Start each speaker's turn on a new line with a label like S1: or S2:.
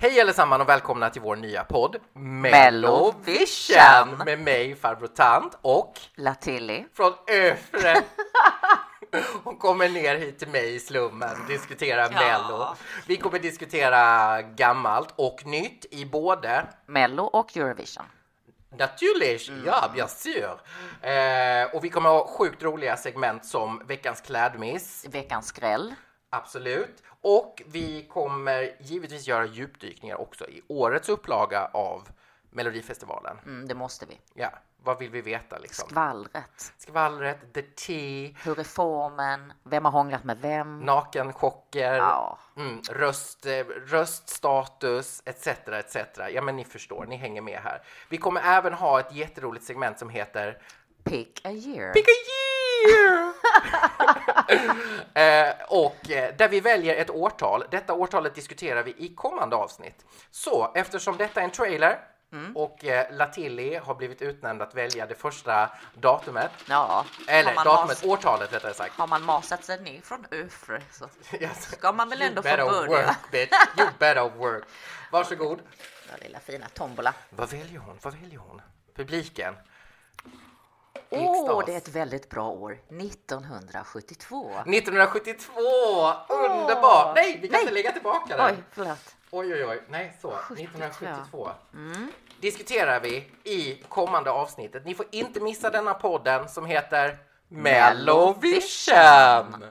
S1: Hej allesammans och välkomna till vår nya podd
S2: Mellovision.
S1: med mig Farbror Tant och
S2: Latilli.
S1: från Öfre. Hon kommer ner hit till mig i slummen och diskuterar
S2: Ja.
S1: Mello. Vi kommer diskutera gammalt och nytt i både
S2: Mello och Eurovision.
S1: Naturligt, ja, bien sûr. Eh, och vi kommer ha sjukt roliga segment som veckans klädmiss,
S2: Veckans skräll.
S1: absolut. Och vi kommer givetvis göra djupdykningar också i årets upplaga av Melodifestivalen.
S2: Mm, det måste vi.
S1: Ja, vad vill vi veta liksom?
S2: Skvallret.
S1: Skvallret, the tea,
S2: Hur är formen? Vem har hånglat med vem?
S1: nakenchocker,
S2: Ja.
S1: mm, röst, eh, röststatus etc. etc. Ja, men ni förstår, ni hänger med här. Vi kommer även ha ett jätteroligt segment som heter
S2: Pick a year.
S1: Pick a year! eh, och eh, där vi väljer ett årtal. Detta årtalet diskuterar vi i kommande avsnitt. Så eftersom detta är en trailer och eh, Latilli har blivit utnämnd att välja det första datumet,
S2: Ja.
S1: eller
S2: har, man
S1: datumet,
S2: mas-
S1: årtalet rättare sagt.
S2: har man masat sig ner från Öfre så
S1: Yes.
S2: ska man väl ändå
S1: You
S2: få
S1: better
S2: börja.
S1: work bitch, you better work. Varsågod.
S2: Ja, lilla fina tombola.
S1: Vad väljer hon? Vad väljer hon? Publiken.
S2: Åh,
S1: Extas.
S2: det är ett väldigt bra år. 1972.
S1: 1972! Underbart! Nej, vi kan
S2: Nej.
S1: inte lägga tillbaka den.
S2: Oj, förlåt.
S1: Oj, oj, oj. Nej, så. 1972.
S2: Mm.
S1: Diskuterar vi i kommande avsnittet. Ni får inte missa denna podden som heter Mellovision.